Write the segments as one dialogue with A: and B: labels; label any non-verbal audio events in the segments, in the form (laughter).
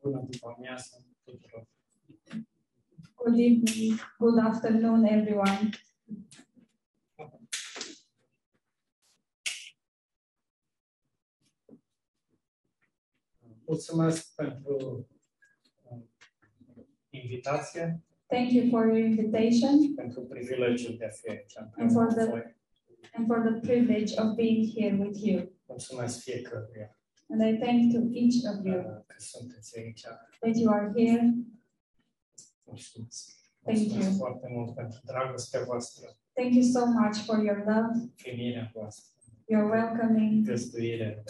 A: până după amiază tuturor.
B: Good evening, good afternoon, everyone.
A: Mulțumesc pentru uh, invitație,
B: Thank you for your invitation
A: pentru privilegiul de a fi aici.
B: And for the-
A: Voi.
B: and for the privilege of being here with you.
A: Mulțumesc fiecăruia
B: And I thank to each of you
A: uh, că sunteți aici.
B: that you are here.
A: Mulțumesc.
B: Thank you.
A: Mulțumesc foarte mult pentru dragostea voastră,
B: Thank you so much for your love,
A: primirea voastră,
B: your welcoming,
A: găzduirea.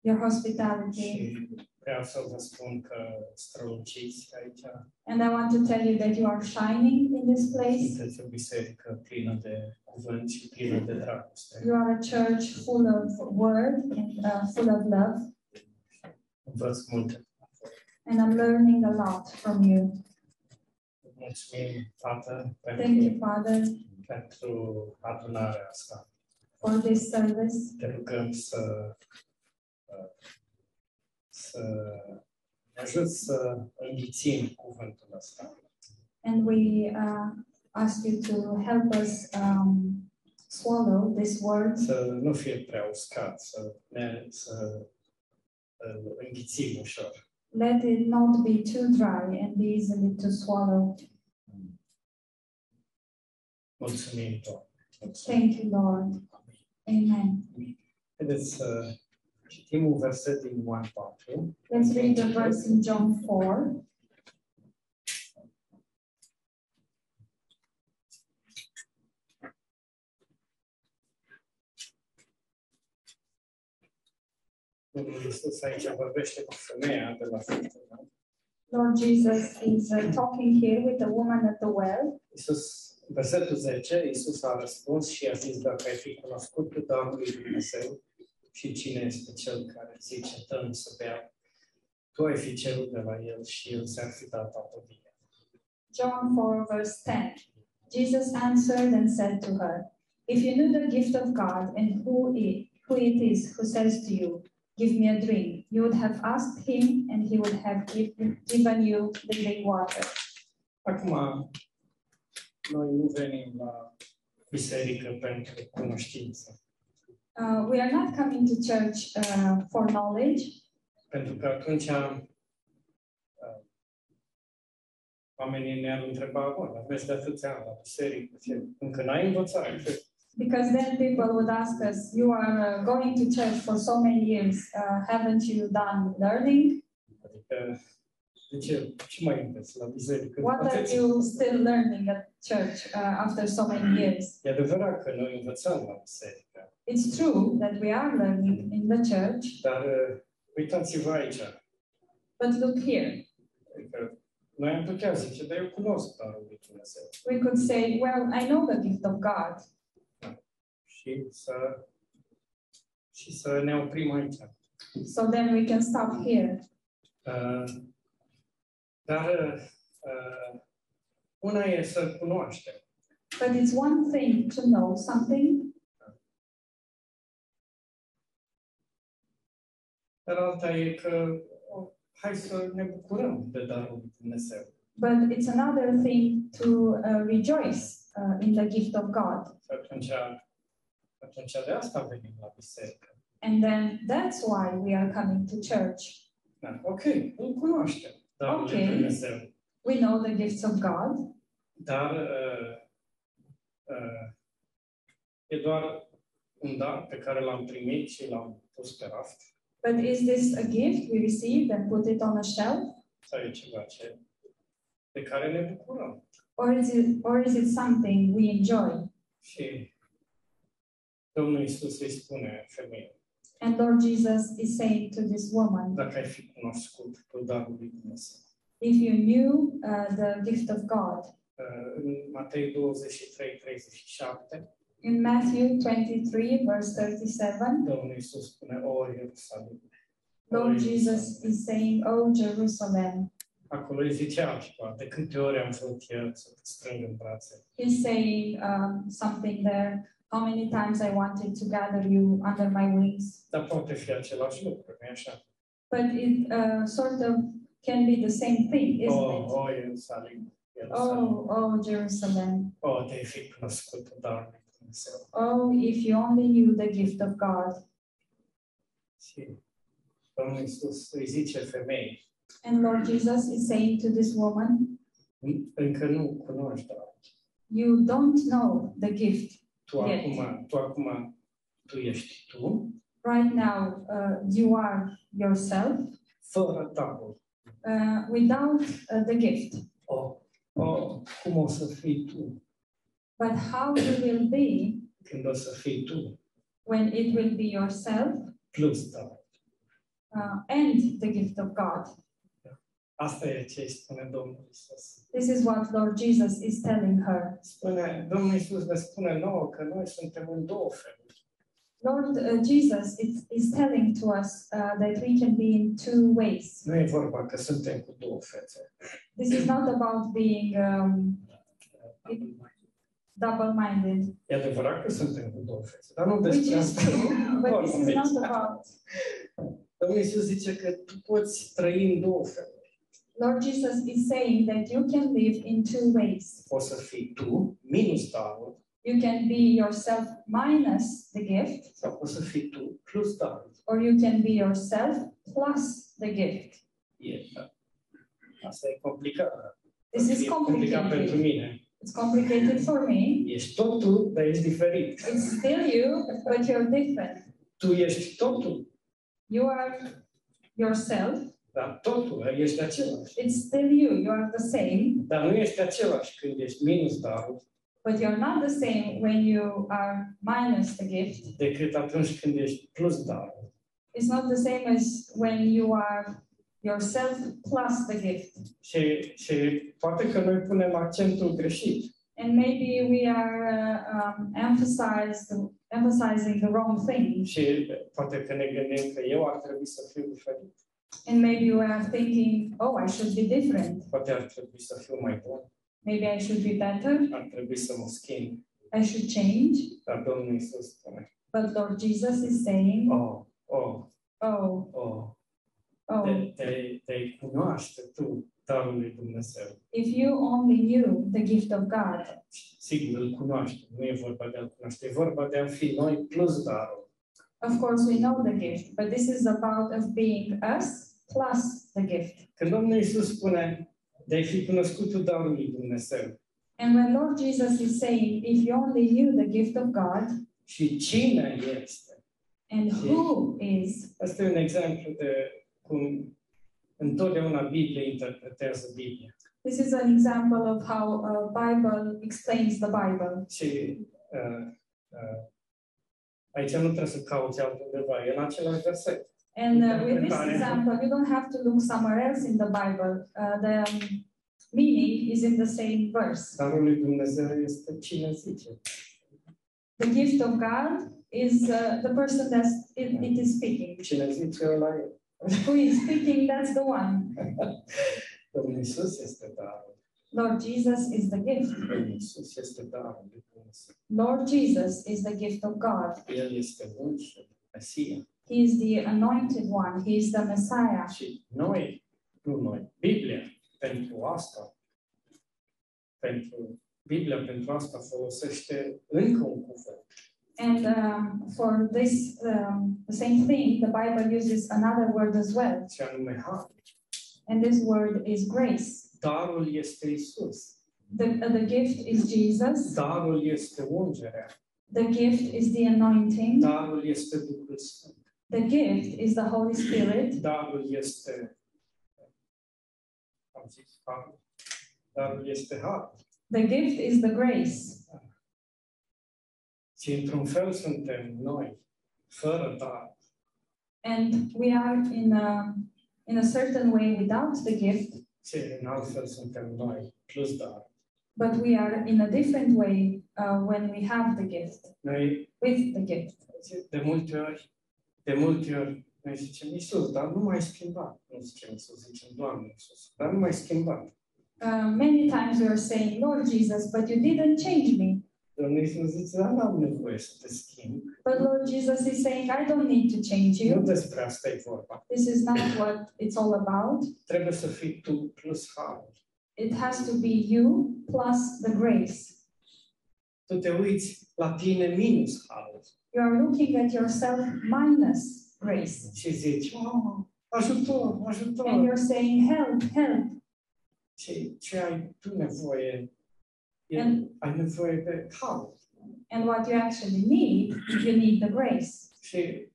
B: your hospitality.
A: Și vreau să vă spun că străluciți aici,
B: And I want to tell you that you are shining in this place.
A: sunteți o biserică plină de cuvânt și plină de dragoste.
B: You are a church full of word and uh, full of love.
A: Învăț multe.
B: And I'm learning a lot from you.
A: Mulțumim, Tată,
B: Thank
A: pentru,
B: you, Father,
A: pentru adunarea asta.
B: for this service.
A: Te rugăm să, să ne ajut să înghițim cuvântul ăsta.
B: And we uh, ask you to help us um, swallow these words,
A: Să nu fie prea uscat, să ne să îl înghițim ușor.
B: let it not be too dry and be easily to swallow.
A: Mulțumim, Doamne. Mulțumim.
B: Thank you, Lord. Amen.
A: Haideți să citim un verset din Ioan 4.
B: Let's read the verse in John 4.
A: Domnul Iisus aici vorbește cu femeia de la fântână.
B: Lord Jesus is uh, talking here with the woman at the well.
A: Iisus, versetul 10, Iisus a răspuns și a zis, dacă ai fi cunoscut pe Doamnul lui Dumnezeu și cine este cel care zice, dă să bea, tu ai fi cerut de la el și el ți-ar fi dat apă vie.
B: John 4, verse 10. Jesus answered and said to her, If you knew the gift of God and who it, who it is who says to you, Give me a drink, you would have asked him and he would have give, given you living water.
A: Acum, noi nu venim la biserică pentru cunoștință,
B: Uh, we are not coming to church uh, for knowledge
A: pentru că atunci uh, oamenii ne-ar întreba, bun, aveți de atâția ani la biserică, ce- încă n-ai învățat, ce
B: because then people would ask us, You are uh, going to church for so many years, uh, haven't you done learning?
A: Adică, de ce, ce mai înveți la biserică?
B: What are
A: Atât.
B: you still learning at church uh, after so many years?
A: E adevărat că noi învățăm la biserică,
B: It's true that we are learning in the church,
A: dar uh, uitați-vă aici.
B: but look here.
A: Adică, noi am putea zice, dar eu cunosc Darul lui Dumnezeu
B: We could say, well, I know the gift of God,
A: și să, și să ne oprim aici.
B: so then we can stop here.
A: Uh, dar uh, uh, una e să cunoaștem.
B: But it's one thing to know something,
A: Dar alta e că oh, hai să ne bucurăm de Darul lui Dumnezeu.
B: but it's another thing to uh, rejoice uh, in the gift of God.
A: Și atunci, atunci de asta venim la biserică.
B: And then that's why we are coming to church.
A: Da, ok, îl cunoaștem, Da, Doamne
B: Ok.
A: Dumnezeu.
B: We know the gifts of God,
A: Dar uh, uh, e doar un dar pe care l-am primit și l-am pus pe raft
B: but is this a gift we received and put it on a shelf?
A: sau e ceva ce, de care ne bucurăm.
B: Or is it, or is it something we enjoy?
A: Și Domnul Iisus îi spune femeie,
B: And Lord Jesus is saying to this woman,
A: dacă ai fi cunoscut pe darul lui Dumnezeu.
B: if you knew uh, the gift of God.
A: Uh, În Matei 23, 37,
B: In Matthew 23, verse 37,
A: Domnul Iisus spune, o Ierusalim. o,
B: Lord
A: Ierusalim."
B: Jesus is saying, Oh, Jerusalem.
A: Acolo îi zicea altceva, de câte ori am vrut eu să te strâng în brațe,
B: He's saying um, something there. How many times I wanted to gather you under my wings.
A: dar poate fi același lucru, nu așa?
B: But it uh, sort of can be the same thing, isn't
A: O,
B: it?
A: o Ierusalim, Ierusalim,
B: Oh, oh, Jerusalem.
A: o, de-ai fi cunoscut, Doamne Dumnezeu.
B: Oh, if you only knew the gift of God.
A: Și Domnul Iisus îi zice femeii,
B: And Lord Jesus is saying to this woman,
A: încă nu cunoști, Doamne.
B: You don't know the gift.
A: Tu
B: Yes.
A: acum, tu acum, tu ești tu,
B: Right now, uh, you are yourself
A: fără darul.
B: uh, without uh, the gift.
A: O, o, cum o să fii tu
B: But how you will be
A: când o să fii tu
B: when it will be yourself
A: plus darul?
B: uh, and the gift of God.
A: Asta e ce îi spune Domnul Iisus.
B: This is what Lord Jesus is telling her.
A: Spune, Domnul Iisus ne spune nouă că noi suntem în două feluri.
B: Lord uh, Jesus is, is telling to us uh, that we can be in two ways.
A: Nu e vorba că suntem cu două fețe.
B: This is not about being um, double minded,
A: E adevărat că suntem cu două fețe, dar nu
B: which
A: despre
B: is
A: asta.
B: true, but this is not about.
A: Domnul Iisus zice că tu poți trăi în două feluri.
B: Lord Jesus is saying that you can live in two ways.
A: Poți să fii tu minus darul
B: You can be yourself minus the gift,
A: sau poți să fii tu plus darul.
B: or you can be yourself plus the gift.
A: E, da. asta e complicat. da.
B: This
A: e
B: is
A: complicat pentru
B: complicated.
A: mine.
B: It's complicated for me.
A: Ești tot tu, dar ești diferit.
B: It's still you, but you're different.
A: Tu ești totul,
B: You are yourself.
A: dar totul, ești același.
B: It's still you. You are the same,
A: Dar nu ești același când ești minus darul
B: but you're not the same when you are minus the gift.
A: decât atunci când ești plus darul.
B: It's not the same as when you are yourself plus the gift.
A: Și, și poate că noi punem accentul greșit.
B: And maybe we are uh, um, emphasized, emphasizing the wrong thing.
A: Și poate că ne gândim că eu ar trebui să fiu diferit.
B: And maybe we are thinking, oh, I should be different.
A: Poate ar trebui să fiu mai bun.
B: Maybe I should be better.
A: Ar trebui să mă schimb.
B: I should change.
A: Dar Domnul Iisus spune,
B: But Lord Jesus is saying,
A: oh, oh,
B: oh,
A: oh,
B: oh,
A: te, te, te cunoaște tu darul lui Dumnezeu.
B: if you only knew the gift of God.
A: Sigur, îl cunoaște. Nu e vorba de a-l cunoaște, e vorba de a fi noi plus darul.
B: Of course, we know the gift, but this is about of being us plus the gift.
A: Când Domnul Iisus spune de a fi cunoscut tu darul lui Dumnezeu
B: And when Lord Jesus is saying, if you only knew the gift of God
A: și cine este,
B: and who is,
A: asta e un exemplu de cum întotdeauna Biblia interpretează Biblia.
B: this is an example of how uh, Bible explains the Bible.
A: Și uh, uh, aici nu trebuie să cauți altundeva, e în același verset.
B: And uh, with this
A: Interpretare.
B: example, you don't have to look somewhere else in the Bible. Uh, the um, meaning is in the same verse.
A: Darul lui Dumnezeu este cine zice.
B: The gift of God is uh, the person that it, it is speaking.
A: Cine zice ăla e.
B: Who is speaking, that's the one.
A: Domnul Iisus este darul.
B: Lord Jesus is the gift.
A: Domnul Iisus este darul lui Dumnezeu.
B: Lord Jesus is the gift of God.
A: El este însuși Mesia.
B: He is the anointed one. He is the Messiah.
A: Și noi, nu noi, Biblia, pentru asta, pentru Biblia pentru asta folosește încă un cuvânt.
B: And um, for this um, the same thing, the Bible uses another word as well.
A: Și anume har.
B: And this word is grace.
A: Darul este Isus.
B: The, uh, the gift is Jesus.
A: Darul este ungerea.
B: The gift is the anointing.
A: Darul este Duhul Sfânt.
B: The gift is the Holy Spirit.
A: Darul este am zis har. Darul este har.
B: The gift is the grace.
A: Și într-un fel suntem noi, fără dar,
B: And we are in a, in a certain way without the gift,
A: și în altfel suntem noi, plus dar.
B: but we are in a different way uh, when we have the gift,
A: Noi,
B: with the gift.
A: de multe ori, de multe ori, noi zicem, Iisus, dar nu m-ai schimbat. Nu zicem Iisus, zicem, Doamne Iisus, dar nu m-ai schimbat.
B: Uh, many times we are saying, Lord Jesus, but you didn't change me.
A: Domnul Iisus zice, dar n-am nevoie să te schimb.
B: But Lord Jesus is saying, I don't need to change
A: Nu
B: you.
A: despre asta e vorba.
B: This is not what it's all about.
A: Trebuie să fii tu plus harul.
B: It has to be you plus the grace.
A: Tu te uiți la tine minus harul
B: You are looking at yourself minus grace.
A: și zici, oh, ajutor,
B: And
A: ajutor.
B: you're saying, help, help.
A: Ce, ce ai tu nevoie? E,
B: And-
A: ai nevoie de harul.
B: And what you actually need, you need the grace.
A: Și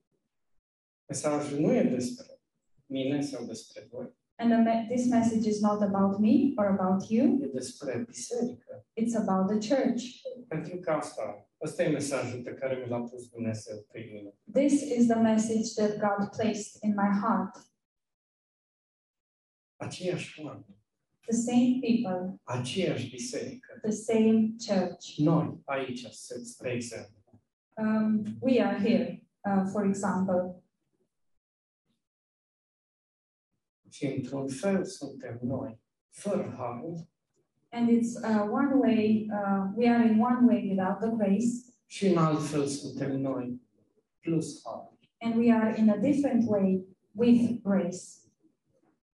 A: mesajul nu e despre mine sau despre voi,
B: And the me- this message is not about me or about you,
A: e despre biserică.
B: it's about the church.
A: Pentru că asta, ăsta e mesajul pe care mi l-a pus Dumnezeu pe mine.
B: This is the message that God placed in my heart.
A: Aceiași oameni,
B: The same people,
A: aceeași biserică.
B: the same church.
A: Noi aici, să- spre exemplu,
B: Um, we are here, uh, for example,
A: și într-un fel suntem noi, fără harul
B: and it's uh, one way, uh, we are in one way without the grace,
A: și în alt fel suntem noi, plus harul.
B: and we are in a different way with grace.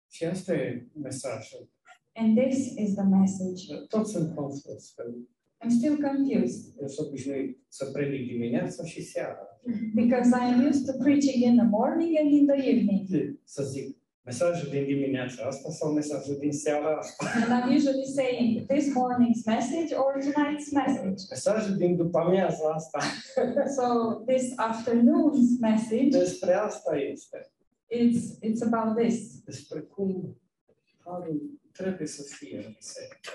A: Și asta e mesajul.
B: And this is the message.
A: Toți sunt confuz. că
B: I'm still confused
A: Eu sunt obișnuit să predic dimineața și seara.
B: because I am used to preaching in the morning and in the evening.
A: de, să zic, mesajul din dimineața asta sau mesajul din seara asta.
B: And I'm usually saying this morning's message or tonight's message.
A: Mesajul din după amiaza asta.
B: So this afternoon's message,
A: Despre asta este.
B: it's it's about this.
A: Despre cum harul trebuie să fie în biserică.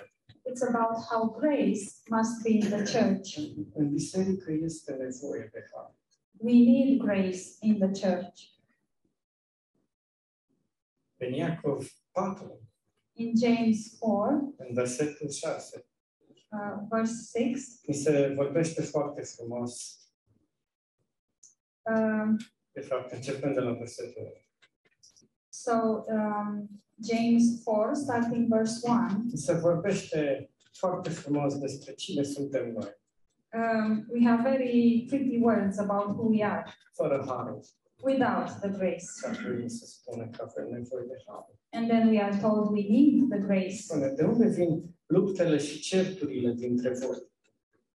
B: It's about how grace must be in the church.
A: În biserică este nevoie de har.
B: We need grace in the church.
A: În Iacov 4,
B: In James 4,
A: în versetul 6,
B: uh, verse 6,
A: mi se vorbește foarte frumos,
B: um,
A: de fapt, începând de la versetul 1.
B: so um, James 4, starting verse 1,
A: Mi se vorbește foarte frumos despre cine suntem noi,
B: um, we have very pretty words about who we are
A: fără harul.
B: without the grace.
A: Și apoi mi se spune că avem nevoie de har.
B: And then we are told we need the grace.
A: Spune, de unde vin luptele și certurile dintre voi?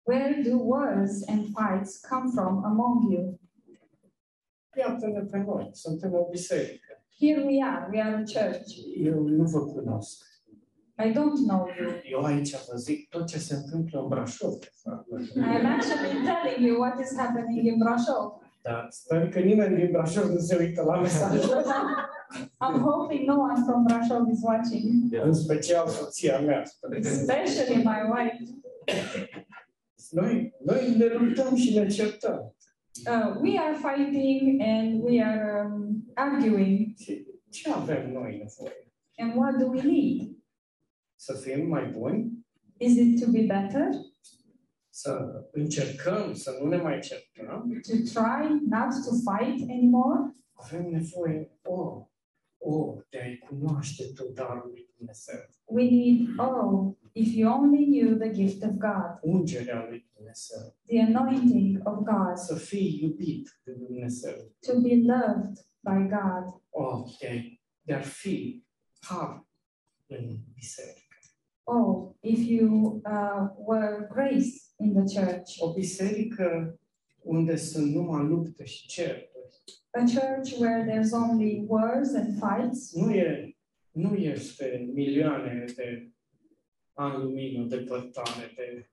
B: Where do wars and fights come from among you?
A: Iată-ne pe noi, suntem o biserică.
B: Here we are, we are a church.
A: Eu nu vă cunosc.
B: I don't know you.
A: Eu aici vă zic tot ce se întâmplă în Brașov. de fapt.
B: I'm actually telling you what is happening in Brasov.
A: Dar sper că nimeni din Brașov nu se uită la mesaj.
B: (laughs) I'm hoping no one from Brasov is watching,
A: În special soția mea. spune.
B: especially my wife.
A: Noi, noi ne luptăm și ne certăm.
B: Uh, we are fighting and we are um, arguing.
A: Și ce avem noi nevoie?
B: And what do we need?
A: Să fim mai buni?
B: Is it to be better?
A: Să încercăm să nu ne mai certăm?
B: To try not to fight anymore?
A: Avem nevoie, o, o, de a-i cunoaște tot darul lui Dumnezeu,
B: We need, oh, if you only knew the gift of God.
A: ungerea lui Dumnezeu,
B: the anointing of God,
A: să fii iubit de Dumnezeu,
B: to be loved by God,
A: o, de a, de a fi har în biserică.
B: Oh, if you uh, were grace in the church,
A: O biserică unde sunt numai lupte și certuri,
B: a church where there's only wars and fights,
A: nu, e, nu este milioane de ani lumină, depărtare de,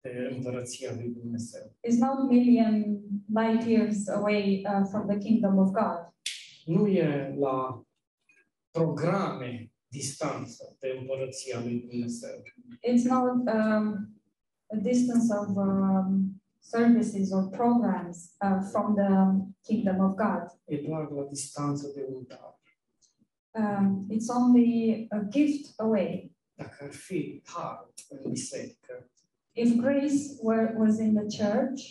A: de împărăția lui Dumnezeu.
B: is not million light years away uh, from the kingdom of God.
A: nu e la programe distanță de împărăția lui Dumnezeu.
B: It's not um, a distance of um, services or programs uh, from the kingdom of God.
A: E doar la distanță de un dar.
B: Um, it's only a gift away.
A: Dacă ar fi har în biserică,
B: If grace were, was in the church,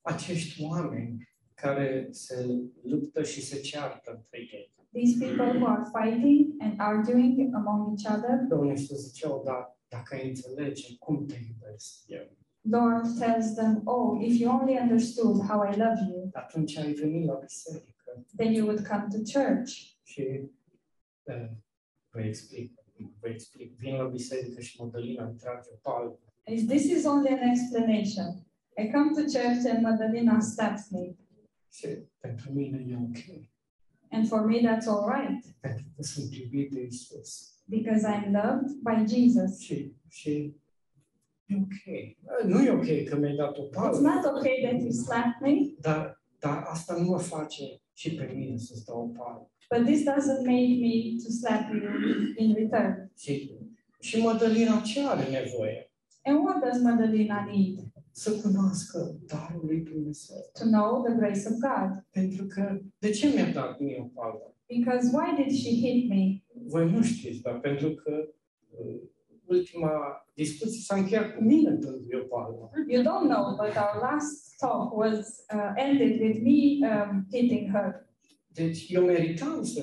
A: acești oameni care se luptă și se ceartă între ei.
B: these people who are fighting and arguing among each other,
A: da, Domnul Iisus zicea, dar dacă ai înțelege cum te iubesc eu,
B: Lord tells them, Oh, if you only understood how I love you,
A: atunci ai venit la biserică
B: then you would come to church.
A: și uh, vă explic, vă explic, vin la biserică și Mădălina îmi trage palmă.
B: If this is only an explanation, I come to church and Madalina stabs me,
A: Și pentru mine e ok,
B: and for me that's all right
A: pentru că sunt iubit de Isus.
B: because I'm loved by Jesus.
A: Și, și e ok. Nu e ok că mi-ai dat o
B: It's
A: palmă,
B: not okay that you slap me,
A: dar, dar asta nu mă face și pe mine să-ți dau o palmă.
B: but this doesn't make me to slap you in return.
A: Și, și Mădălina ce are nevoie?
B: And what does Madalina need?
A: Să cunoască darul lui Dumnezeu.
B: To know the grace of God.
A: Pentru că, de ce mi-a dat mie o palmă?
B: Because why did she hit me?
A: Voi nu știți, dar pentru că uh, ultima discuție s-a încheiat cu mine dându-i o palmă.
B: You don't know, but our last talk was uh, ended with me um, hitting her.
A: Deci eu meritam să,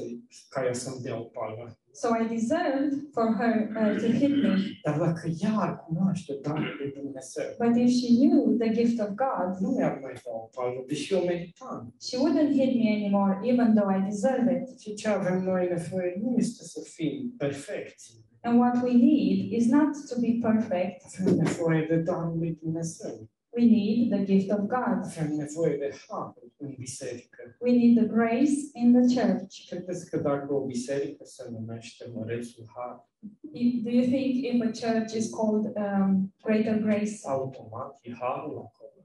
A: ca ea să-mi dea o palmă.
B: So I deserved for her uh, to hit me.
A: Dar dacă ea ar cunoaște darul lui Dumnezeu,
B: But if she knew the gift of God,
A: nu mi-ar mai da o palmă, deși eu meritam.
B: she wouldn't hit me anymore, even though I deserve it.
A: Și Deci, ce avem noi nevoie nu este să fim perfecți.
B: And what we need is not to be perfect,
A: Avem nevoie de darul lui Dumnezeu.
B: we need the gift of God.
A: Avem nevoie de har în biserică.
B: We need the grace in the church.
A: Credeți că dacă o biserică se numește Mărețul Har,
B: If- do you think if a church is called um, Greater Grace,
A: automat e harul acolo?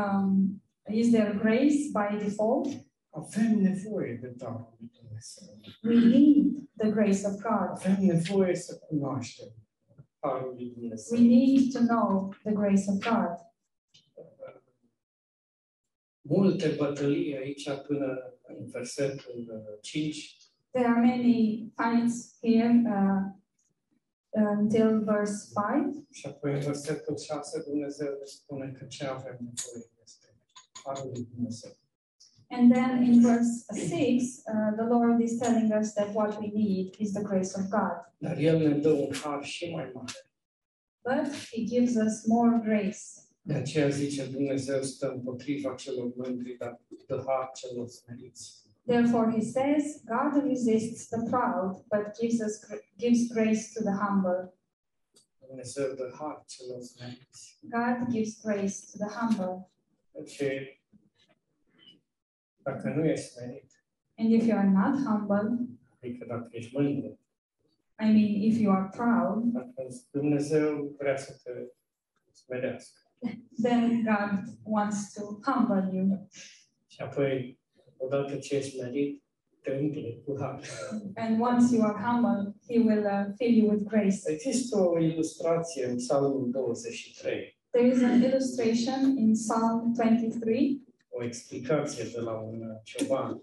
B: um, is there grace by default?
A: Avem nevoie de darul lui Dumnezeu.
B: We need the grace of God.
A: Avem nevoie să cunoaștem harul lui Dumnezeu.
B: We need to know the grace of God.
A: Multe bătălii aici până în versetul uh, 5,
B: There are many fights here uh, until verse 5.
A: Și apoi în versetul 6 Dumnezeu ne spune că ce avem nevoie este Harul lui Dumnezeu.
B: And then in verse 6, uh, the Lord is telling us that what we need is the grace of God.
A: Dar El ne dă un har și mai mare.
B: But He gives us more grace.
A: De aceea zice Dumnezeu stă împotriva celor mândri, dar dă har celor smeriți.
B: Therefore, He says, God resists the proud, but gives us gives grace to the humble.
A: Dumnezeu dă har celor smeriți.
B: God gives grace to the humble.
A: Deci, dacă nu ești smerit,
B: And if you are not humble,
A: adică dacă ești mândru,
B: I mean, if you are proud,
A: atunci Dumnezeu vrea să te smerească.
B: then God wants to humble you.
A: Și apoi, odată ce ești smerit, te umple cu har.
B: And once you are humble, He will uh, fill you with grace.
A: Există o ilustrație în Psalmul 23,
B: There is an illustration in Psalm 23.
A: o explicație de la un uh, cioban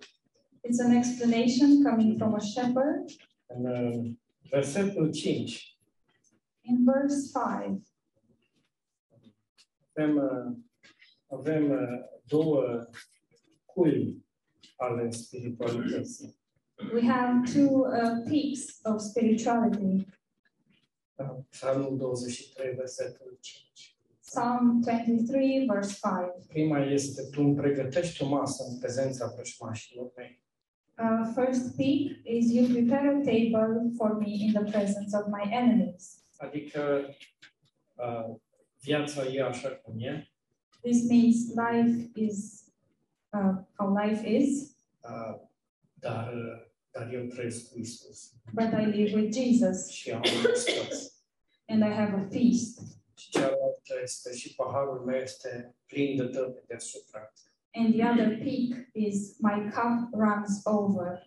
B: It's an explanation coming from a shepherd.
A: În uh, versetul 5
B: In verse 5,
A: avem, uh, avem uh, două culmi ale spiritualității.
B: we have two uh, peaks of spirituality.
A: Da? Psalmul 23, versetul 5.
B: Psalm 23, verse 5.
A: Prima este, tu îmi pregătești o masă în prezența vrăjmașilor mei.
B: Uh, first peak is You prepare a table for me in the presence of my enemies.
A: Adică uh, viața e așa cum e,
B: This means life is uh, how life is,
A: uh, dar, uh, dar eu trăiesc cu Isus
B: but I live with Jesus
A: și am un discuț.
B: and I have a feast.
A: Și cealaltă este, și paharul meu este plin de tăpe deasupra.
B: And the other peak is My cup runs over.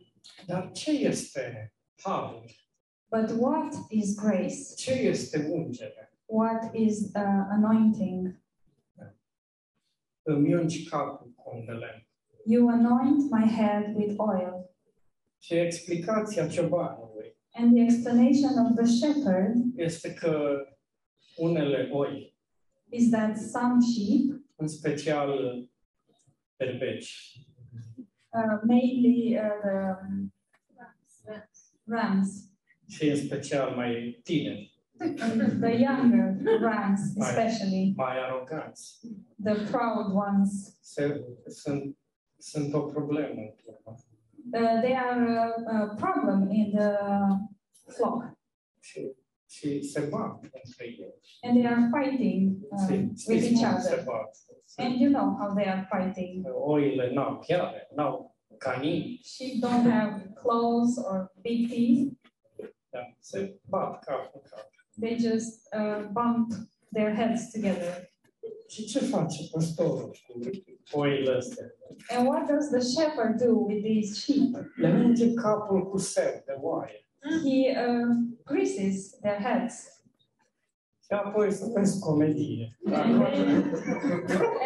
A: Dar ce este harul?
B: But what is grace?
A: Ce este ungerea?
B: What is uh, anointing?
A: Îmi ungi capul cu un de lemn.
B: You anoint my head with oil.
A: Și explicația ciobanului
B: And the explanation of the shepherd
A: este că unele oi,
B: is that some sheep,
A: în special berbeci,
B: uh, mainly uh, the rams,
A: și în special mai tineri,
B: And the younger ones,
A: Right.
B: especially
A: mai aroganți.
B: the proud ones,
A: Se, sunt, sunt o problemă în turmă.
B: uh, they are uh, a, a problem in the flock,
A: și, și se bat între ei.
B: and they are fighting uh,
A: Se,
B: with
A: știți
B: each
A: cum se
B: other.
A: bat.
B: And you know how they are fighting.
A: Oile n-au piele, n-au canini,
B: Sheep don't have claws or big teeth.
A: da? se bat cap în cap.
B: They just uh, bump their heads together.
A: Și ce face păstorul cu oile astea?
B: And what does the shepherd do with these sheep?
A: Le merge capul cu seu de oaie.
B: He uh, greases their heads.
A: Și apoi să vezi comedie.
B: And then,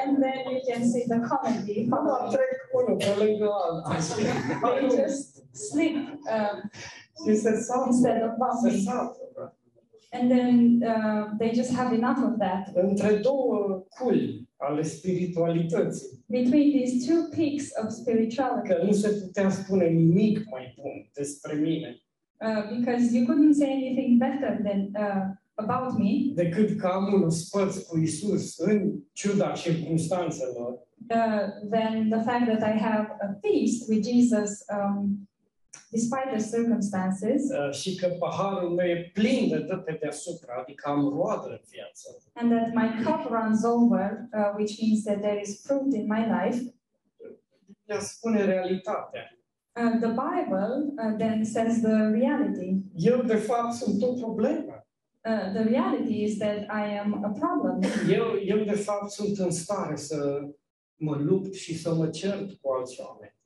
B: and then you can see the comedy.
A: Da,
B: following.
A: trec unul pe lângă altul.
B: They just sleep um,
A: Și se sapă.
B: instead of
A: Se
B: bumping.
A: sapă. da.
B: And then uh, they just have enough of that.
A: Între două culi ale spiritualității.
B: Between these two peaks of spirituality,
A: că nu se putea spune nimic mai bun despre mine
B: uh, because you couldn't say anything better than uh, about me,
A: decât că am un ospăț cu Isus în ciuda circunstanțelor
B: uh, than the fact that I have a feast with Jesus um, despite the circumstances,
A: uh, și că paharul meu e plin de dăte deasupra, adică am roadă în viață.
B: and that my cup runs over, uh, which means that there is fruit in my life.
A: Ea spune realitatea.
B: Uh, the Bible uh, then says the reality.
A: Eu, de fapt, sunt o problemă.
B: Uh, the reality is that I am a problem.
A: Eu, eu, de fapt, sunt în stare să mă lupt și să mă cert cu alți oameni.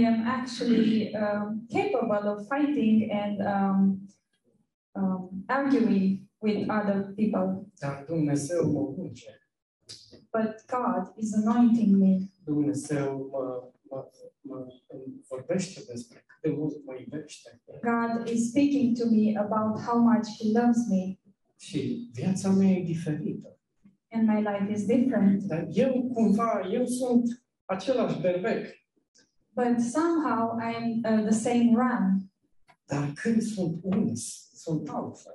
B: I am actually um, capable of fighting and um, um, arguing with other people,
A: Dar Dumnezeu mă unge.
B: but God is anointing me.
A: Dumnezeu mă, mă, mă îmi vorbește despre cât de mult mă iubește.
B: God is speaking to me about how much He loves me,
A: Și viața mea e diferită.
B: and my life is different.
A: Dar eu cumva, eu sunt același berbec.
B: But somehow I am uh, the same ram.
A: Dar când sunt uns, sunt altfel.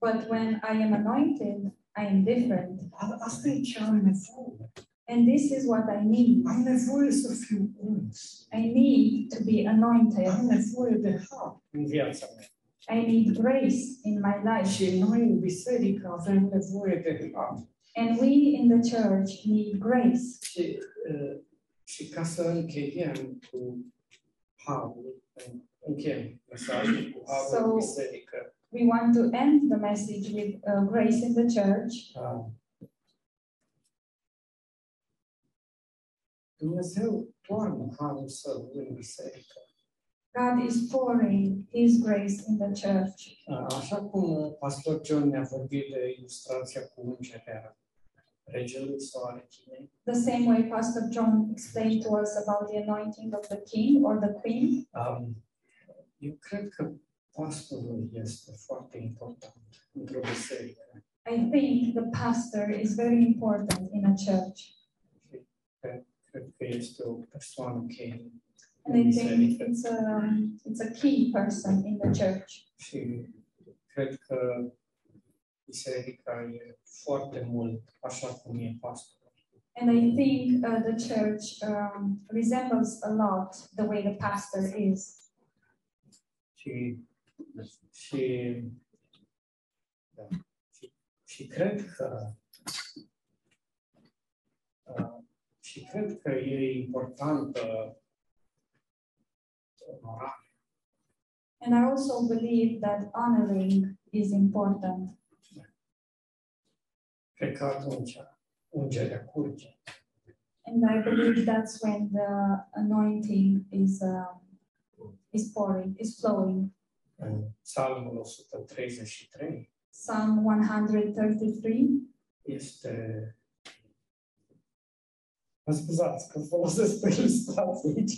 B: But when I am anointed, I am different.
A: A- Asta e ce am nevoie.
B: And this is what I need.
A: Am nevoie să fiu uns.
B: I need to be anointed.
A: Am nevoie de har în viața mea.
B: I need grace in my life.
A: Și noi în biserică avem nevoie de har.
B: And we in the church need grace.
A: Și, uh, și ca să încheiem cu harul, încheiem mesajul cu harul
B: So-
A: în biserică.
B: We want to end the message with uh, grace in the church.
A: Um, Dumnezeu toarnă harul său în biserică.
B: God is pouring His grace in the church.
A: A, Uh, Așa cum pastor John ne-a vorbit de ilustrația cu îngerea regelui soare Chinei,
B: The same way Pastor John explained to us about the anointing of the king or the queen,
A: um, eu cred că pastorul este foarte important într-o biserică.
B: I think the pastor is very important in a church.
A: Și cred- Cred că este o persoană cheie în
B: And I think
A: biserică.
B: it's a, it's a key person in the church.
A: Și cred că biserica e foarte mult așa cum e pastorul.
B: And I think uh, the church um, resembles a lot the way the pastor is.
A: Și, și, da. și, și cred că uh, și cred că e importantă morală.
B: And I also believe that honoring is important.
A: Cred că atunci ungerea curge.
B: And I believe that's when the anointing is, uh, is pouring, is flowing.
A: În Psalmul 133
B: Psalm 133.
A: este... Mă scuzați că folosesc o ilustrație aici,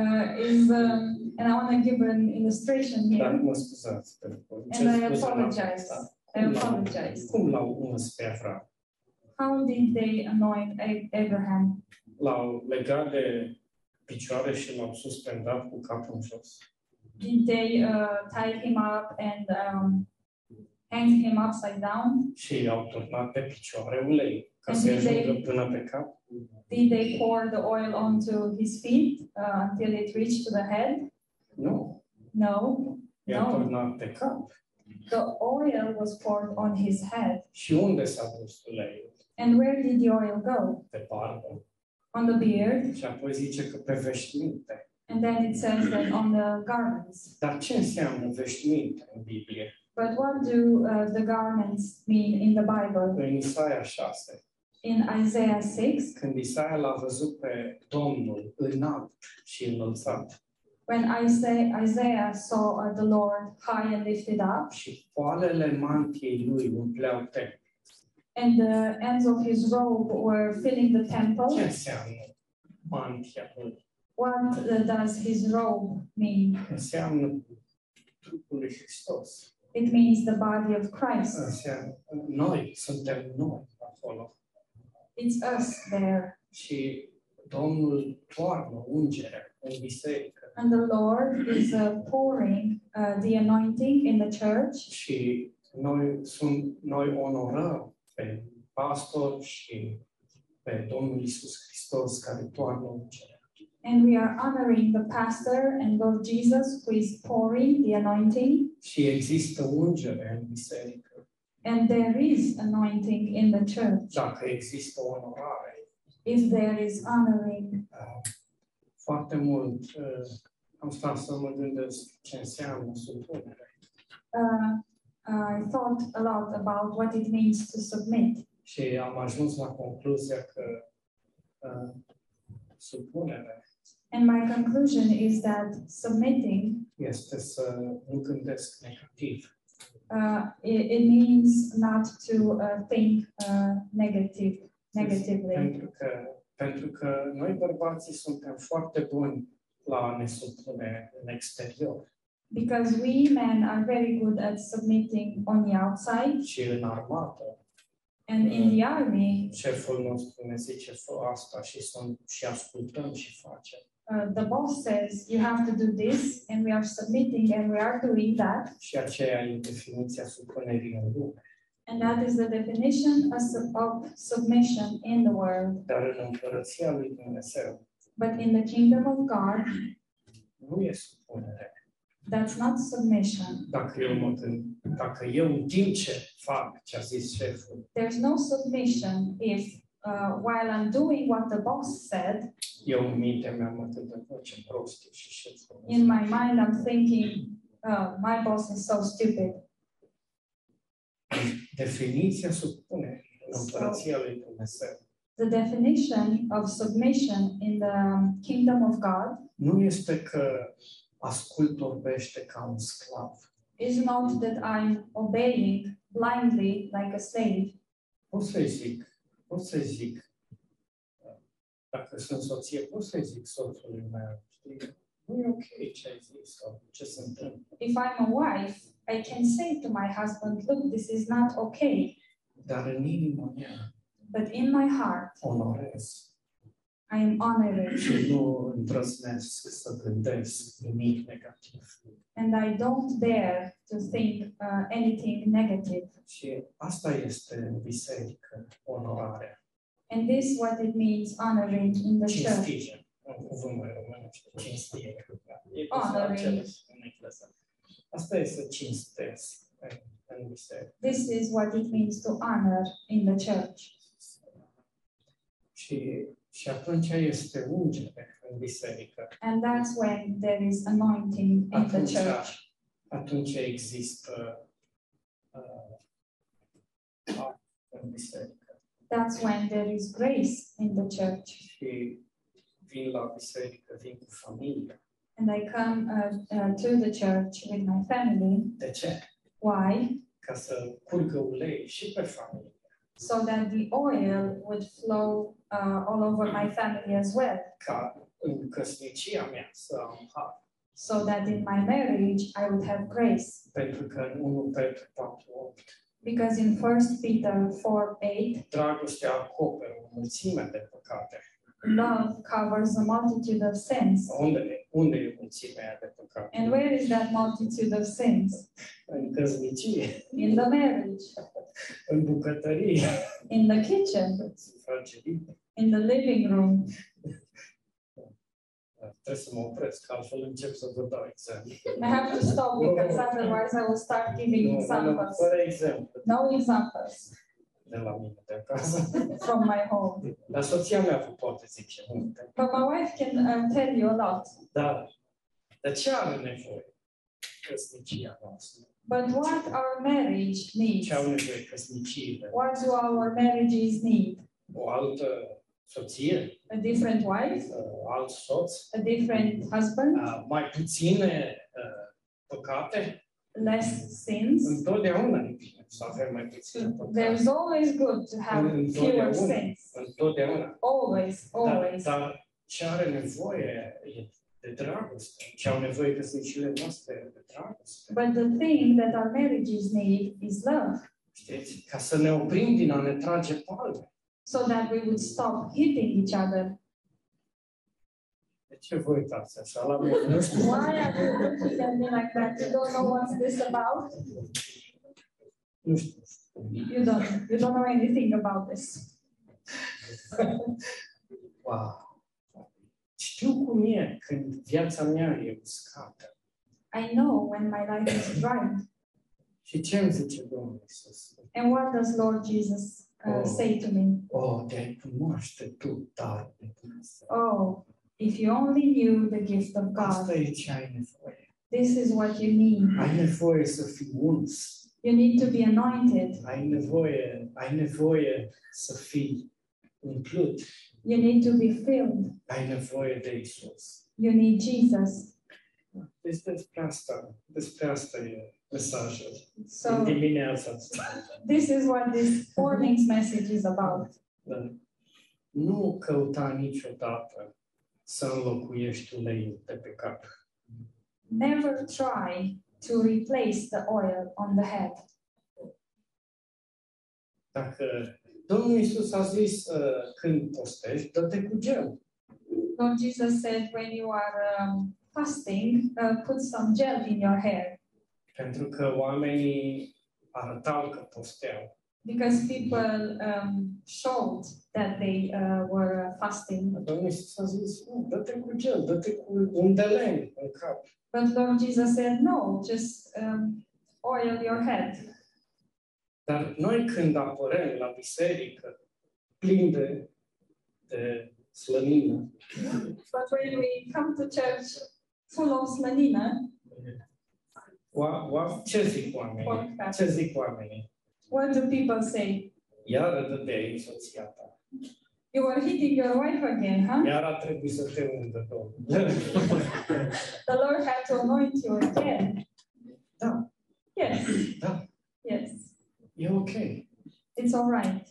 B: Uh, is um, and I want to give an illustration
A: dar
B: here.
A: Da, mă scuzați pentru că
B: And I
A: scuze n-am
B: apologize.
A: asta.
B: I
A: Cum l-au-
B: apologize.
A: Cum l-au uns pe Avram?
B: How did they anoint A- Abraham?
A: L-au legat de picioare și l-au suspendat cu capul în jos.
B: Did they uh, tie him up and um, hanged him upside down?
A: și i-au turnat pe picioare ulei ca
B: În
A: să
B: zilei-
A: ajungă până pe cap.
B: Did they pour the oil onto his feet uh, until it reached to the head?
A: Nu,
B: No,
A: i-au
B: No.
A: turnat pe cap.
B: the oil was poured on his head.
A: Și unde s-a dus uleiul?
B: And where did the oil go?
A: Pe barbă.
B: On the beard,
A: Și apoi zice că pe veșminte.
B: and then it says that on the garments.
A: Dar ce înseamnă veșminte în Biblie?
B: But what do uh, the garments mean in the Bible?
A: În Isaia 6,
B: In Isaiah 6,
A: când Isaia l-a văzut pe Domnul înalt și înălțat
B: when Isa- Isaiah saw uh, the Lord high and lifted up,
A: și poalele mantiei lui umpleau templul.
B: and the ends of his robe were filling the
A: Ce
B: temple,
A: înseamnă mantia lui?
B: what uh, does his robe mean?
A: Înseamnă trupul lui Hristos.
B: It means the body of Christ.
A: Înseamnă, noi suntem noi acolo
B: It's us there.
A: și Domnul toarnă ungerea în biserică
B: And the Lord is uh, pouring uh, the anointing in the church.
A: și noi, sunt, noi onorăm pe pastor și pe Domnul Isus Hristos care toarnă ungerea.
B: And we are honoring the pastor and Lord Jesus who is pouring the anointing.
A: Și există ungere în biserică
B: And there is anointing in the church
A: dacă există onorare.
B: if there is honoring.
A: Ah, Foarte mult uh, am stat să mă gândesc ce înseamnă supunere.
B: Uh, I thought a lot about what it means to submit.
A: Și am ajuns la concluzia că uh, supunere
B: And my conclusion is that submitting,
A: este să nu gândesc negativ,
B: uh, it, it means not to uh, think uh, negative, negatively.
A: pentru că, pentru că noi bărbații suntem foarte buni la a ne supune în exterior
B: Because we men are very good at submitting on the outside
A: și în armată.
B: and in the army,
A: Șeful nostru ne zice fă asta și, sunt, și ascultăm și facem.
B: uh, the boss says you have to do this and we are submitting and we are doing that.
A: Și aceea e definiția supunerii în lume.
B: And that is the definition of sub- of submission in the world.
A: Dar în împărăția lui Dumnezeu
B: But in the kingdom of God,
A: nu e supunere.
B: that's not submission.
A: dacă eu mă gând, dacă eu în timp ce fac ce a zis șeful,
B: There's no submission if, uh, while I'm doing what the boss said,
A: eu în mintea mea mă gândesc, "Bă, ce prost e și șeful.
B: in my mind I'm thinking, uh, my boss is so stupid.
A: Definiția supune în împărăția lui Dumnezeu.
B: The definition of submission in the kingdom of God
A: Nu este că ascult orbește ca un sclav.
B: is not that I'm obeying blindly like a slave.
A: Pot să-i zic, pot să-i zic, dacă sunt soție, pot să-i zic soțului meu, știi, nu e ok ce ai zis sau ce se întâmplă.
B: If I'm a wife, I can say to my husband, look, this is not okay.
A: Dar în inima mea
B: But in my heart,
A: onorez
B: I am honored
A: și nu îndrăznesc să gândesc nimic negativ.
B: and I don't dare to think uh, anything negative.
A: Și asta este în biserică, onorarea,
B: And this is what it means honoring in the church.
A: cinstire, în cuvântul românește, cinstire. E
B: Onoring.
A: ceva același în engleză. Asta este cinstesc în, în biserică.
B: This is what it means to honor in the church.
A: Și, și atunci este ungere în biserică.
B: And that's when there is anointing in the
A: Atunci,
B: church.
A: atunci există uh, har în biserică.
B: That's when there is grace in the church.
A: și vin la biserică, vin cu familia.
B: And I come uh, uh, to the church with my family.
A: De ce?
B: Why?
A: Ca să curgă ulei și pe familie,
B: So that the oil would flow uh, all over my family as well.
A: ca în căsnicia mea să am har.
B: So that in my marriage I would have grace.
A: Pentru că în 1 Petru 4, 8,
B: Because in 1 Peter 4 8,
A: dragostea acoperă o mulțime de păcate,
B: Love covers a multitude of sins.
A: Unde, unde e mulțimea de păcat?
B: And where is that multitude of sins?
A: În căsnicie,
B: In the marriage,
A: în bucătărie, (laughs)
B: in the kitchen,
A: se face bine.
B: in the living room.
A: Trebuie să mă opresc, altfel încep să vă dau exemple.
B: I have to stop because otherwise I will start giving
A: Nu, nu,
B: examples.
A: Fără exemplu
B: No examples
A: de la mine de acasă.
B: from my home.
A: Dar soția mea vă poate zice multe.
B: But my wife can uh, tell you a lot.
A: Dar de ce are nevoie căsnicia noastră?
B: But what our marriage needs,
A: Ce au nevoie căsniciile?
B: what do our marriages need?
A: O altă soție,
B: A different wife,
A: uh, alt soț,
B: a different husband,
A: uh, mai puține uh, păcate?
B: less sins.
A: Întotdeauna e bine să avem mai puține păcate.
B: There's always good to have fewer sins.
A: Întotdeauna.
B: Always,
A: Dar,
B: always.
A: dar ce are nevoie e de dragoste? Ce au nevoie căsnicile noastre e de dragoste?
B: But the thing that our marriages need is love,
A: Știți? Ca să ne oprim din a ne trage palme.
B: so that we would stop hitting each other.
A: De ce vă uitați așa la mine? Nu știu.
B: Why are you looking at me like that? You don't know what's this about?
A: Nu știu.
B: You don't. You don't know anything about this.
A: Wow. Știu cum e când viața mea e uscată.
B: I know when my life is right.
A: Și ce îmi zice Domnul Iisus?
B: And what does Lord Jesus uh,
A: Oh.
B: say to me?
A: O, te cunoaște tu, dar de Dumnezeu.
B: Oh, if you only knew the gift of God,
A: Asta e ce ai nevoie.
B: this is what you need.
A: Ai nevoie să fii uns.
B: You need to be anointed.
A: Ai nevoie, ai nevoie să fii umplut.
B: You need to be filled.
A: Ai nevoie de Isus.
B: You need Jesus.
A: Deci despre asta, despre asta e mesajul. În
B: So
A: dimineața asta.
B: this is what this morning's message is about.
A: Da. Nu căuta niciodată să înlocuiești uleiul de pe cap.
B: Never try to replace the oil on the head.
A: Dacă Domnul Isus a zis uh, când postești, dă-te cu gel.
B: Lord Jesus said, when you are um, fasting, uh, put some gel in your hair
A: Pentru că oamenii arătau că posteau.
B: because people um, showed that they uh, were fasting.
A: Domnul Isus a zis, nu, dă-te cu gel, dă-te cu un de lemn în cap.
B: But Lord Jesus said, no, just um, oil your head.
A: Dar noi când apărăm la biserică, plin de, de slănină,
B: But when we come to church full of slanina,
A: Oa, oa, ce zic oamenii?
B: podcast,
A: Ce zic oamenii?
B: what do people say?
A: Iară dădeai soția ta.
B: You are hitting your wife again, huh?
A: Iar a trebuit să te undă, domnul.
B: The Lord had to anoint you again.
A: Da.
B: Yes,
A: da,
B: yes,
A: e ok.
B: it's all right.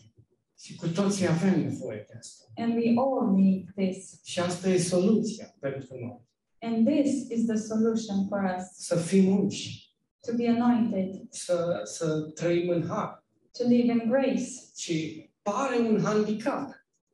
A: Și cu toții avem nevoie de asta.
B: And we all need this.
A: Și asta e soluția pentru noi.
B: And this is the solution for us
A: Să fim unși,
B: to be anointed,
A: să, să trăim în har.
B: to live in grace.
A: Și pare un handicap.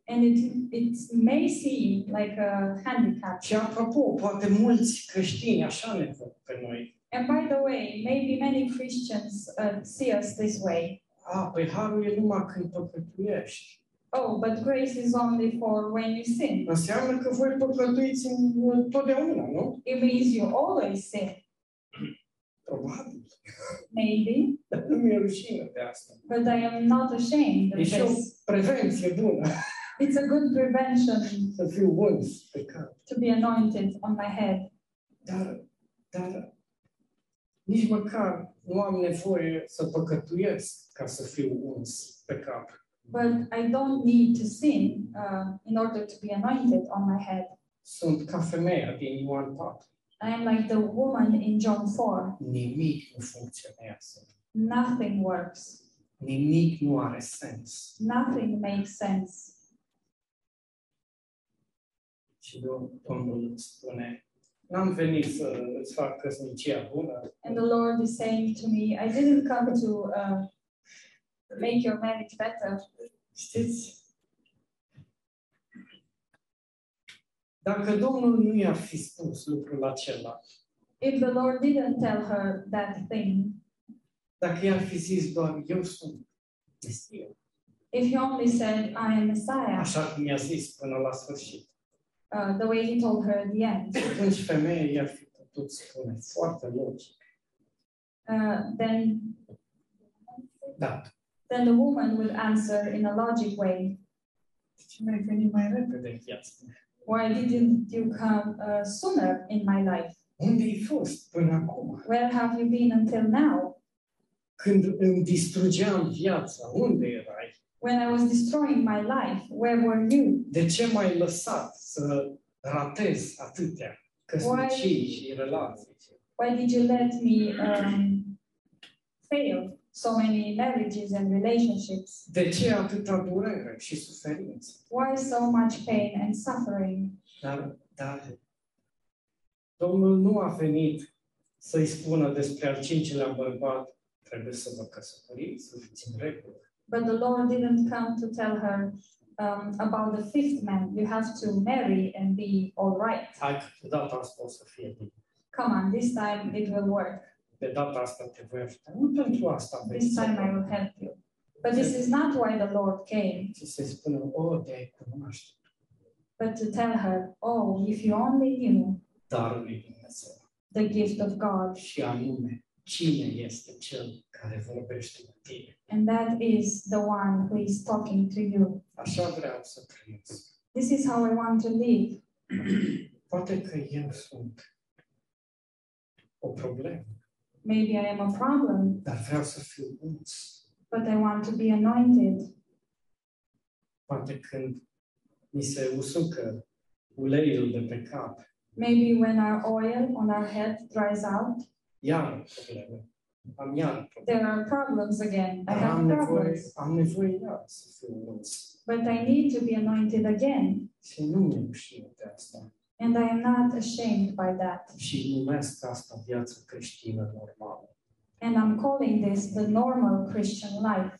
B: And it, it may seem like a handicap.
A: Și apropo, poate mulți creștini așa ne văd pe noi.
B: And by the way, maybe many Christians uh, see us this way.
A: A, păi harul e numai când păcătuiești.
B: Oh, but grace is only for when you sin.
A: Înseamnă că voi păcătuiți în- totdeauna, nu?
B: It means you always sin,
A: Probabil.
B: maybe,
A: Dar nu mi-e rușine de asta.
B: but I am not ashamed
A: E
B: of
A: și o
B: this.
A: prevenție bună
B: It's a good prevention
A: să fiu uns pe cap.
B: to be anointed on my head.
A: Dar, dar nici măcar nu am nevoie să păcătuiesc ca să fiu uns pe cap.
B: But I don't need to sin uh, in order to be anointed on my head.
A: Sunt ca femeia din Ioan 4.
B: I am like the woman in John 4.
A: Nimic nu funcționează.
B: Nothing works,
A: Nimic nu are sens.
B: nothing makes sense.
A: Și Dom- Domnul îmi spune, n-am venit să îți fac căsnicia bună,
B: And the Lord is saying to me, I didn't come to uh, make your marriage better.
A: Știți? Dacă Domnul nu i-ar fi spus lucrul acela,
B: If the Lord didn't tell her that thing,
A: dacă i-ar fi zis doar eu sunt Mesia,
B: if he only said, I am Messiah,
A: așa cum i-a zis până la sfârșit,
B: uh, the way he told her at the end,
A: atunci femeia i-ar fi putut spune foarte logic.
B: uh, then,
A: Da,
B: then the woman would answer in a logic way,
A: de ce n-ai venit mai repede în viață?
B: Why didn't you come uh, sooner in my life?
A: Unde ai fost până acum?
B: Where have you been until now?
A: Când îmi distrugeam viața, unde erai?
B: When I was destroying my life, where were you?
A: De ce m-ai lăsat să ratez atâtea căsnicii și relații?
B: Why did you let me um, fail so many marriages and relationships?
A: De ce atâta durere și suferință?
B: Why so much pain and suffering?
A: Dar, dar Domnul nu a venit să-i spună despre al cincilea bărbat, trebuie să vă căsătoriți, să fiți în regulă.
B: But the Lord didn't come to tell her um, about the fifth man. You have to marry and be all right.
A: Hai că de data asta o să fie bine.
B: Come on, this time it will work.
A: De data asta te voi ajuta. Nu pentru asta vrei
B: This
A: să
B: time I will help you. But this is not why the Lord came.
A: Și se spune, o, te-ai cunoaște
B: but to tell her, oh, if you only knew
A: darul lui Dumnezeu.
B: the gift of God,
A: Și anume, cine este cel care vorbește cu tine.
B: and that is the one who is talking to you.
A: Așa vreau să trăiesc.
B: This is how I want to live.
A: Poate că eu sunt o problemă,
B: Maybe I am a problem,
A: dar vreau să fiu uns.
B: but I want to be anointed.
A: poate când mi se usucă uleiul de pe cap,
B: Maybe when our oil on our head dries out,
A: iar probleme. Am iar probleme.
B: there are problems again. I
A: Dar am
B: have
A: nevoie,
B: problems,
A: am nevoie iar să fiu uns.
B: but I need to be anointed again.
A: Și nu mi-e rușine de asta.
B: And I am not ashamed by that.
A: Și numesc asta viață creștină normală.
B: And I'm calling this the normal Christian life.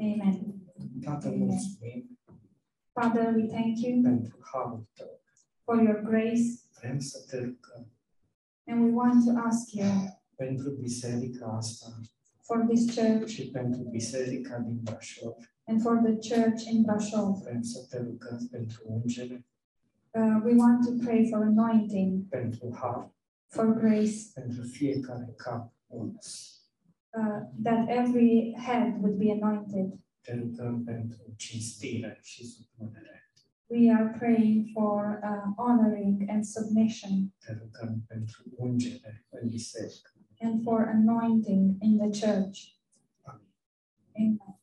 B: Amen.
A: Tată, mulțumim
B: Father, we thank you.
A: pentru harul tău.
B: for your grace,
A: Vrem să te rugăm
B: and we want to ask you
A: pentru biserica asta
B: for this church
A: și pentru biserica din Brașov.
B: and for the church in Brasov.
A: Vrem să te rugăm pentru ungere,
B: Uh, we want to pray for anointing,
A: pentru har,
B: for grace,
A: pentru fiecare cap uns.
B: uh, that every head would be anointed.
A: te rugăm pentru cinstire și supunere,
B: We are praying for uh, honoring and submission
A: te rugăm pentru ungere în biserică.
B: and for anointing in the church. Amen.